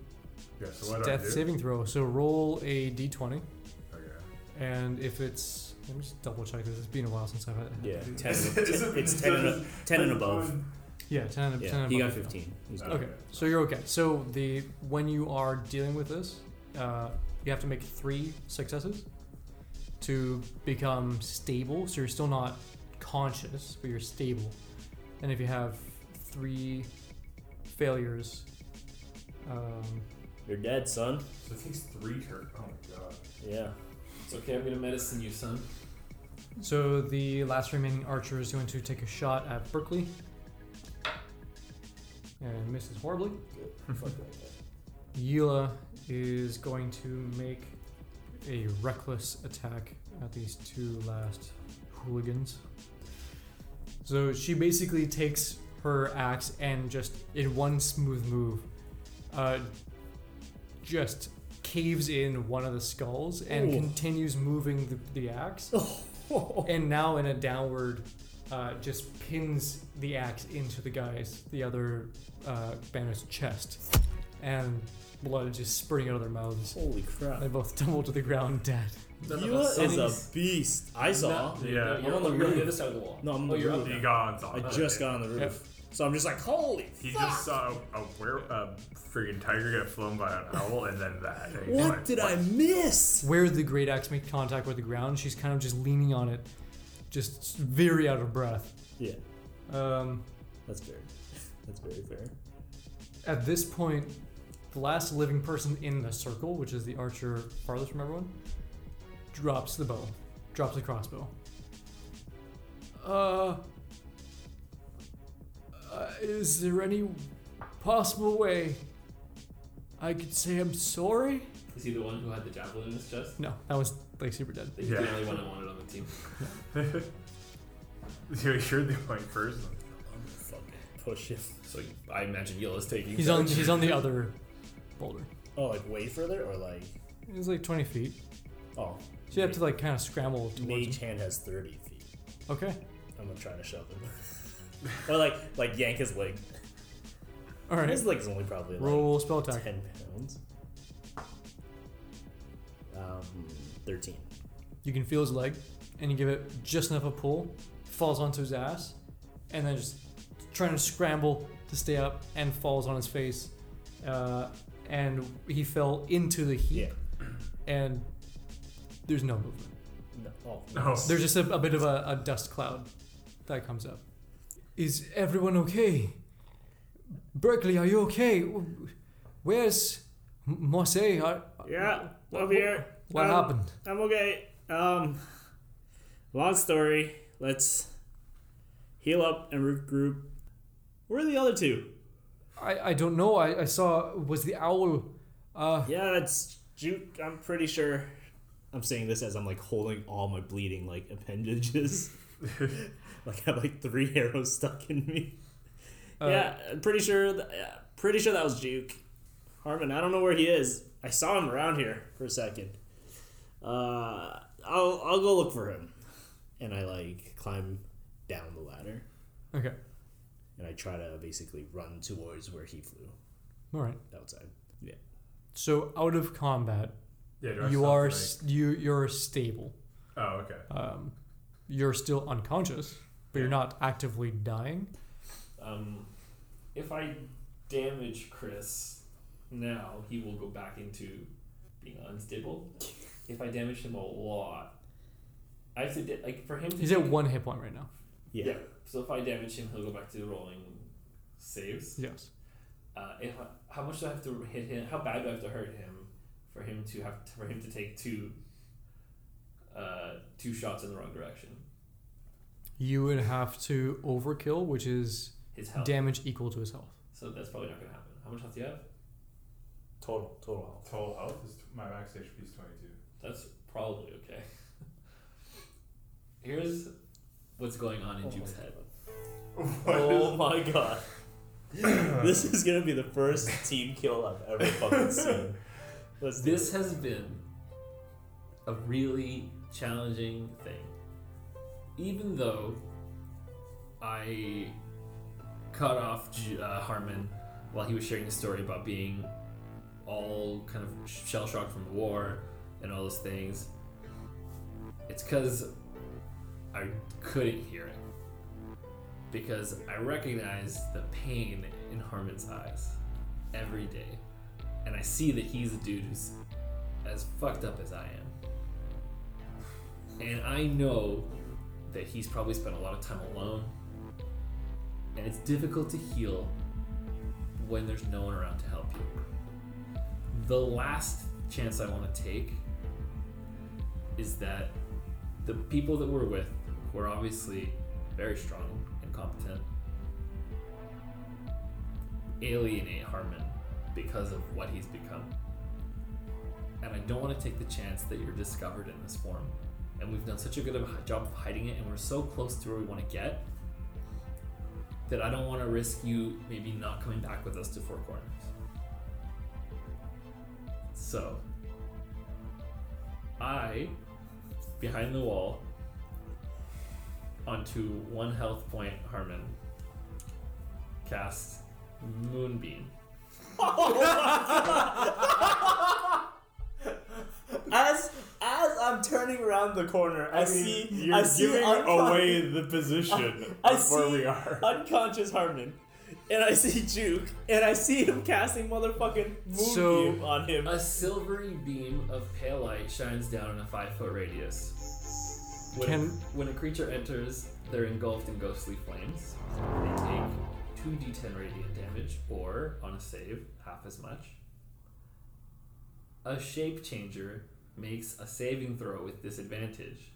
S4: So what do I
S2: death
S4: do?
S2: saving throw. So roll a d20,
S4: Okay.
S2: and if it's let me just double check this. It's been a while since I've had.
S3: Yeah, ten.
S4: Is it- is it-
S3: it's ten and, a- ten and above.
S2: Yeah, 10 and
S3: Yeah,
S2: 10 and
S3: he got
S2: above.
S3: fifteen. He's
S4: Okay.
S3: good.
S2: Okay, so you're okay. So the when you are dealing with this, uh, you have to make three successes to become stable. So you're still not conscious, but you're stable. And if you have three failures, um,
S3: You're dead, son.
S4: So it takes three turns. Oh my god.
S3: Yeah.
S5: It's okay. I'm gonna medicine you, son.
S2: so the last remaining archer is going to take a shot at Berkeley and misses horribly. Yula is going to make a reckless attack at these two last hooligans. So she basically takes her axe and just in one smooth move, uh, just caves in one of the skulls and
S3: Ooh.
S2: continues moving the, the axe. and now in a downward, uh, just pins the axe into the guy's, the other uh, bandit's chest. And blood is just spurting out of their mouths.
S3: Holy crap.
S2: They both tumble to the ground dead.
S5: None
S3: You
S5: of us
S3: are- is
S5: saw
S3: a
S5: these.
S3: beast. I saw.
S5: No,
S4: Yeah.
S5: no, you're
S3: I'm on the
S5: you're
S3: roof.
S5: other side of the wall.
S3: No, I'm on
S5: oh,
S3: the
S5: you're up
S3: roof.
S5: there.
S4: He got on top.
S3: I
S4: of
S3: just
S4: it.
S3: got on the roof. So I'm just like, holy
S4: He
S3: fuck.
S4: just saw a, a were a freaking tiger get flown by an owl, and then that. And he's
S3: what
S4: like,
S3: did I miss?
S2: Where the great axe makes contact with the ground, she's kind of just leaning on it, just very out of breath.
S3: Yeah,
S2: Um,
S3: that's fair. That's very fair.
S2: at this point, the last living person in the circle, which is the archer farthest from everyone, drops the bow, drops the crossbow. Uh, uh, is there any possible way I could say I'm sorry?
S5: Is he the one who had the javelin in his chest?
S2: No, that was like super dead.
S5: He's
S4: Yeah.
S5: the only one I wanted on the team.
S4: You're sure the right person.
S3: I'm gonna fucking push him.
S5: So I imagine Yila's taking.
S2: He's on. He's on the other boulder.
S3: Oh, like way further or like
S2: He's like 20 feet.
S3: oh.
S2: So you have to like kind of scramble towards.
S3: Mage
S2: him.
S3: hand has thirty feet.
S2: Okay.
S3: I'm gonna try to shove him. or like like yank his leg.
S2: All right.
S3: His leg's only probably like
S2: Roll spell attack.
S3: ten pounds. Um, thirteen.
S2: You can feel his leg, and you give it just enough of a pull, falls onto his ass, and then just trying to scramble to stay up and falls on his face. Uh, and he fell into the heap,
S3: Yeah.
S2: and there's no movement.
S3: No. Oh,
S4: No.
S2: There's just a, a bit of a, a dust cloud that comes up. Is everyone okay? Berkeley, are you okay? W- Where's M- Mosse? Are,
S3: Yeah,
S2: over here. what
S3: Um,
S2: happened?
S3: I'm okay. Um, long story. Let's heal up and regroup. Where are the other two?
S2: I, I don't know. I, I saw was the owl. Uh,
S3: Yeah, it's Juke. I'm pretty sure. I'm saying this as I'm like holding all my bleeding like appendages. like I have like three arrows stuck in me. yeah, I'm pretty sure. Th- yeah, pretty sure that was Juke. Harmon, I don't know where he is. I saw him around here for a second. Uh, I'll I'll go look for him. And I like climb down the ladder
S2: okay,
S3: and I try to basically run towards where he flew
S2: all right.
S3: outside. Yeah.
S2: So out of combat,
S4: Yeah, do I
S2: you
S4: stop
S2: are
S4: like-
S2: s you you're stable.
S4: Oh, okay.
S2: Um, you're still unconscious, but you're not actively dying.
S5: Um, if I damage Chris now, he will go back into being unstable. If I damage him a lot, I have to da- like for him. To
S2: He's at
S5: take-
S2: one hit point right now.
S3: Yeah.
S5: Yeah. So if I damage him, he'll go back to rolling saves.
S2: Yes.
S5: Uh, if I, how much do I have to hit him? How bad do I have to hurt him for him to have for him to take two uh, two shots in the wrong direction.
S2: You would have to overkill, which is
S5: His health.
S2: damage equal to his health.
S5: So that's probably not gonna happen. How much health do you have?
S3: Total, total health.
S4: Total health is t- my max HP is 22.
S5: That's probably okay. Here's what's going on in Juke's head.
S3: Oh my god. this is gonna be the first team kill I've ever fucking seen. Let's do
S5: This has been a really challenging thing. Even though I cut off J- uh, Harmon while he was sharing his story about being all kind of shell shocked from the war and all those things, it's because I couldn't hear it. Because I recognize the pain in Harmon's eyes every day. And I see that he's a dude who's as fucked up as I am. And I know that he's probably spent a lot of time alone. And it's difficult to heal when there's no one around to help you. The last chance I want to take is that the people that we're with, who are obviously very strong and competent, alienate Harmon because of what he's become and I don't want to take the chance that you're discovered in this form. And we've done such a good of a job of hiding it, and we're so close to where we want to get that I don't want to risk you maybe not coming back with us to Four Corners. So, I, behind the wall, onto one health point, Harmon, cast Moonbeam.
S3: As as I'm turning around the corner, I, see
S4: You're
S3: I see
S4: giving
S3: uncon-
S4: away the position
S3: I
S4: of
S3: see
S4: where we are.
S3: unconscious Harmon, and I see Juke, and I see him casting motherfucking
S2: So-
S3: moonbeam on him.
S5: A silvery beam of pale light shines down in a five foot radius. When,
S2: Can-
S5: when a creature enters, they're engulfed in ghostly flames. They take 2d10 radiant damage, or on a save, half as much. A shape changer makes a saving throw with disadvantage.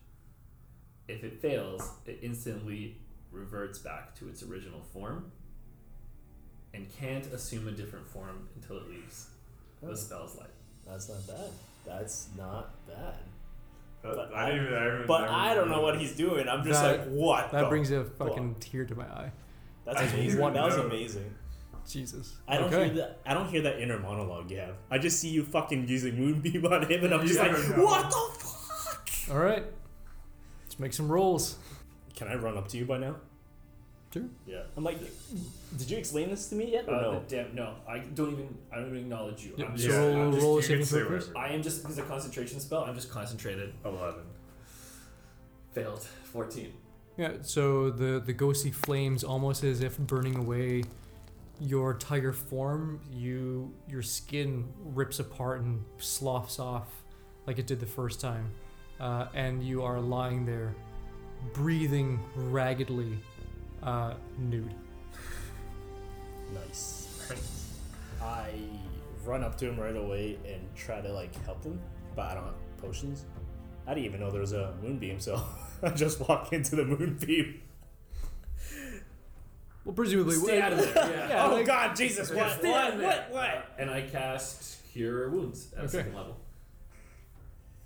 S5: If it fails, it instantly reverts back to its original form and can't assume a different form until it leaves
S3: Oh.
S5: the spell's life.
S3: That's not bad. That's not bad.
S4: That-
S3: but
S4: I
S3: I-
S4: didn't even, I haven't-
S3: But
S4: haven't
S3: I don't know
S4: really-
S3: what he's doing. I'm just
S2: That-
S3: like, what?
S2: That
S3: the
S2: brings a
S3: fuck?
S2: fucking tear to my eye.
S3: That's
S4: I
S3: amazing.
S4: wouldn't
S3: That was
S4: know.
S3: amazing.
S2: Jesus.
S3: I don't
S2: okay.
S3: hear that. I don't hear that inner monologue you have. I just see you fucking using moonbeam on him, and I'm just
S4: Yeah,
S3: like,
S4: I know.
S3: what the fuck?
S2: All right. Let's make some rolls.
S3: Can I run up to you by now?
S2: Sure.
S3: Yeah. I'm like, did you explain this to me yet? Or
S5: Uh,
S3: no.
S5: the dam- no, I don't even. I don't even acknowledge you.
S2: Yep,
S5: I'm
S2: so
S5: just,
S2: roll-
S4: I'm just-
S2: roll
S4: you
S2: a saving
S4: can say
S2: throw first.
S4: whatever.
S5: I am just because a concentration spell. I'm just concentrated.
S4: 11.
S5: Failed. Fourteen.
S2: Yeah, so the, the ghostly flames almost as if burning away your entire form, you your skin rips apart and sloughs off like it did the first time. Uh, and you are lying there, breathing raggedly, uh, nude.
S3: Nice. I run up to him right away and try to like help him, but I don't have potions. I didn't even know there was a moonbeam, so I just walk into the moonbeam.
S2: Well, presumably,
S5: Stay out of there. Yeah.
S2: Yeah,
S3: oh
S2: like-
S3: God, Jesus!
S5: Yeah,
S3: What?
S5: stay out
S3: What? What?
S5: of there.
S3: What?
S5: And I cast Cure Wounds at a
S2: Okay.
S5: second level.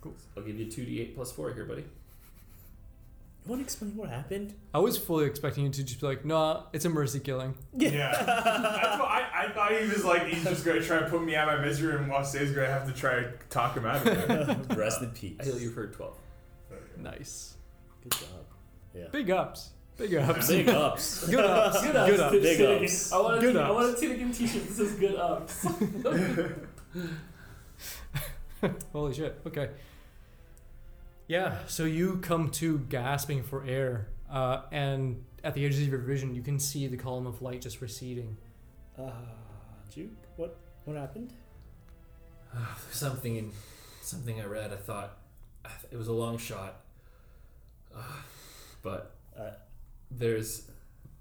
S2: Cool.
S5: I'll give you two d eight plus four here, buddy.
S3: You want to explain what happened?
S2: I was fully expecting you to just be like, nah, it's a mercy killing.
S4: Yeah. That's what I, I thought he was like, he's just going to try to put me out of my misery, and Wase's going to have to try to talk him out of it.
S3: Rest in peace.
S5: I heal you for twelve.
S2: Nice.
S3: Good job.
S2: Big ups. Big ups.
S3: Big ups.
S2: Good ups. Good ups. Good ups.
S3: Big ups.
S5: I want
S2: Good
S5: to. I
S2: ups.
S5: want to take t-shirt. This is good ups.
S2: Holy shit. Okay. Yeah, so you come to gasping for air, uh, and at the edges of your vision, you can see the column of light just receding.
S3: Uh, Juke, what? What happened?
S5: something in something I read. I thought it was a long shot, but
S3: Uh,
S5: there's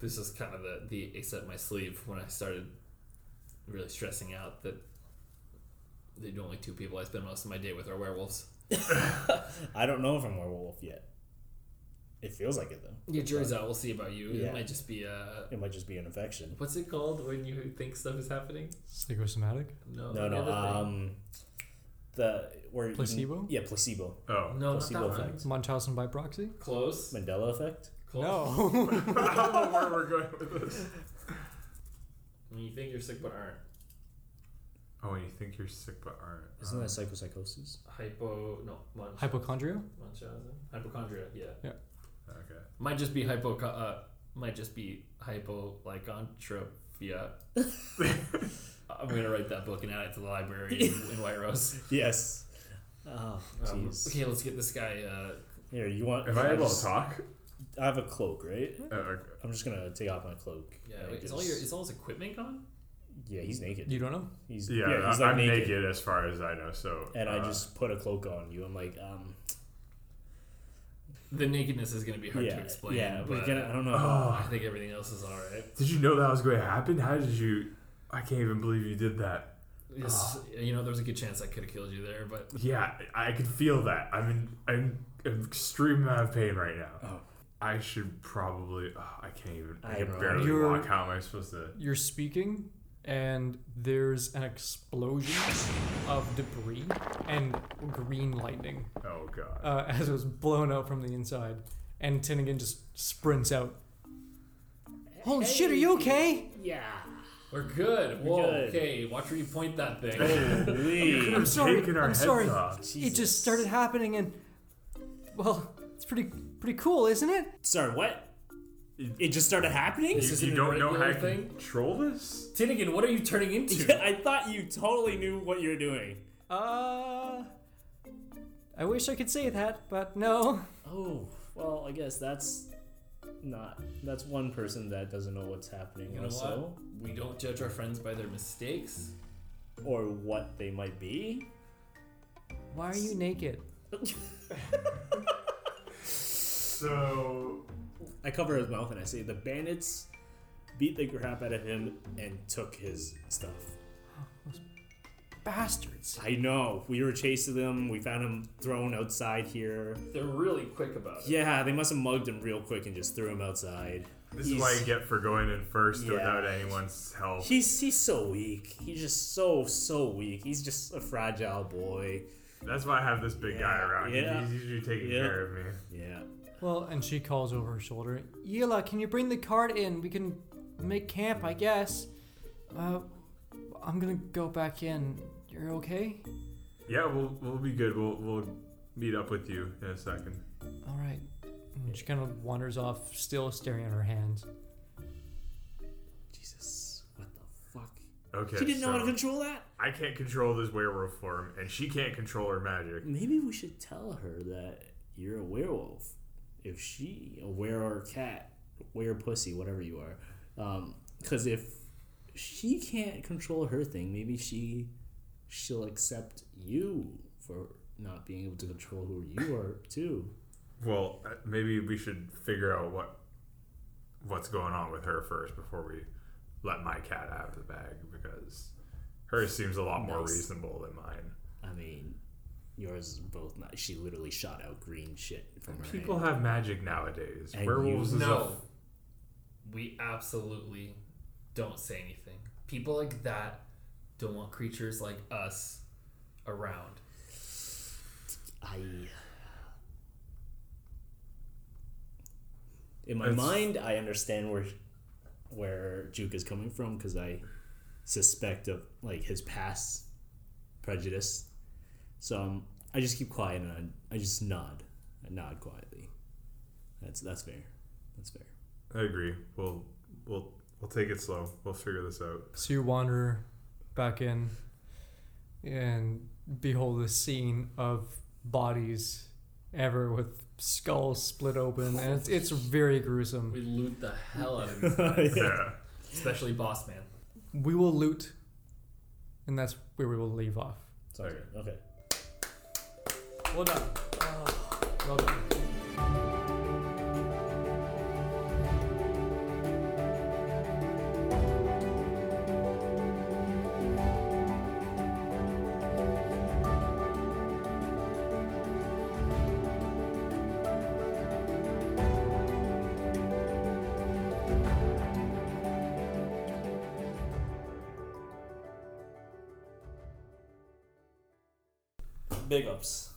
S5: this is kind of the the ace up my sleeve when I started really stressing out that the only two people I spend most of my day with are werewolves.
S3: I don't know if I'm werewolf yet. It feels like it though.
S5: Your
S2: uh,
S5: jury's out. We'll see about you.
S3: Yeah.
S5: It might just be a.
S3: It might just be an infection.
S5: What's it called when you think stuff is happening?
S2: Psychosomatic?
S5: No,
S3: No,
S5: the
S3: no.
S5: other thing.
S3: Um, the where you-
S2: Placebo?
S3: Yeah, placebo.
S4: Oh.
S5: no, not that
S3: placebo
S5: one.
S3: effect.
S2: Munchausen by proxy?
S5: Close.
S3: Mandela effect.
S5: Close.
S4: I don't know where we're going with this.
S5: When you think you're sick but aren't.
S4: Oh, and you think you're sick but aren't.
S3: Isn't that
S4: Uh,
S3: psychosis?
S5: Hypo. No. Munch.
S2: Hypochondria?
S5: Munchausen. Hypochondria. Yeah.
S4: Okay.
S5: Might just be hypo. Uh, might just be hypolycanthropia. I'm gonna write that book and add it to the library in, in White Rose.
S3: Yes. Oh,
S5: Um,
S3: jeez.
S5: okay, let's get this guy. Uh,
S3: Here, you want?
S4: Am I able
S3: just-
S4: to talk?
S3: I have a cloak, right?
S4: Oh, okay.
S3: I'm just gonna take off my cloak.
S5: yeah,
S3: and
S5: wait, is
S3: just-
S5: all your is all his equipment gone?
S3: Yeah, he's naked.
S2: You don't know?
S3: He's
S4: Yeah,
S3: he's
S4: I-
S3: like
S4: I'm naked. as far as I know. So
S3: And
S4: uh,
S3: I just put a cloak on you. I'm like, um,
S5: The nakedness is gonna be hard
S3: yeah,
S5: to explain.
S3: yeah. We're
S5: but
S3: gonna. I don't know.
S5: I think everything else is all
S4: oh,
S5: right.
S4: did you know that was going to happen? How did you? I can't even believe you did that.
S5: Yes, you know, there was a good chance I could have killed you there, but
S4: Yeah, I I could feel that. I'm in I'm an extreme amount of pain right now.
S3: Oh.
S4: I should probably. oh, I can't even. I,
S3: I
S4: can
S3: know.
S4: barely
S2: You're-
S4: walk. How am I supposed to?
S2: You're speaking, and there's an explosion of debris and green lightning
S4: Oh god.
S2: uh, as it was blown out from the inside. And Tinnigan just sprints out. Holy shit, are you okay?
S5: we're good. Whoa,
S3: good.
S5: okay, watch where you point that thing.
S3: Holy.
S2: I'm sorry.
S4: Taking our
S2: I'm
S4: heads
S2: sorry.
S4: off.
S2: It just started happening, and well, it's pretty pretty cool, isn't it?
S3: Sorry, what? It just started happening.
S4: You,
S5: isn't
S4: you
S5: a
S4: don't know how
S5: regular
S4: to
S5: thing?
S4: control this?
S5: Tinnigan, what are you turning into?
S3: I thought you totally knew what you were doing.
S2: Uh, I wish I could say that, but no.
S3: Oh, well, I guess that's not. That's one person that doesn't know what's happening
S5: You know
S3: also,
S5: what? We don't judge our friends by their mistakes.
S3: or what they might be.
S2: Why are you naked?
S4: So
S3: I cover his mouth and I say, "The bandits beat the crap out of him and took his stuff."
S2: Bastards.
S3: I know. We were chasing them. We found him thrown outside here.
S5: They're really quick about it.
S3: Yeah, they must have mugged him real quick and just threw him outside.
S4: this is why
S3: He's-
S4: you get for going in first
S3: Yeah.
S4: without anyone's help.
S3: He's he's so weak. He's just so so weak. He's just a fragile boy.
S4: That's why I have this big guy
S3: Yeah,
S4: around.
S3: yeah.
S4: He's usually taking
S3: Yeah.
S4: care of me.
S3: Yeah.
S2: Well, and she calls over her shoulder. Yila, can you bring the cart in? We can make camp, I guess. Uh, I'm gonna go back in. You're okay?
S4: Yeah, we'll we'll be good. We'll we'll meet up with you in a second.
S2: All right. And she kind of wanders off, still staring at her hands.
S3: Jesus, what the fuck?
S4: Okay.
S3: She didn't know how to
S4: so
S3: control that.
S4: I can't control this werewolf form, and she can't control her magic.
S3: Maybe we should tell her that you're a werewolf. If she a were or cat, were pussy, whatever you are, because if she can't control her thing, maybe she she'll accept you for not being able to control who you are too.
S4: Well, uh, maybe we should figure out what what's going on with her first before we let my cat out of the bag because hers seems a lot more
S3: Nice.
S4: reasonable than mine.
S3: I mean, yours is both. Not, she literally shot out green shit from her.
S4: People
S3: hand.
S4: have magic nowadays.
S3: And
S4: Werewolves
S3: you-
S4: is a
S5: No. We absolutely don't say anything. People like that don't want creatures like us around.
S3: I. uh, In my
S4: It's-
S3: mind, I understand where where Juke is coming from because I suspect of like his past prejudice. So um, I just keep quiet and I, I just nod, I nod quietly. That's that's fair. That's fair.
S4: I agree. We'll we'll we'll take it slow. We'll figure this out.
S2: So you wander back in and behold the scene of bodies ever with skulls split open and it's, it's very gruesome.
S5: We loot the hell out of these guys,
S4: Yeah.
S5: especially Boss Man.
S2: We will loot and that's where we will leave off.
S3: Sounds good. Okay.
S2: Well done.
S5: Oh,
S2: well done.
S5: big ups.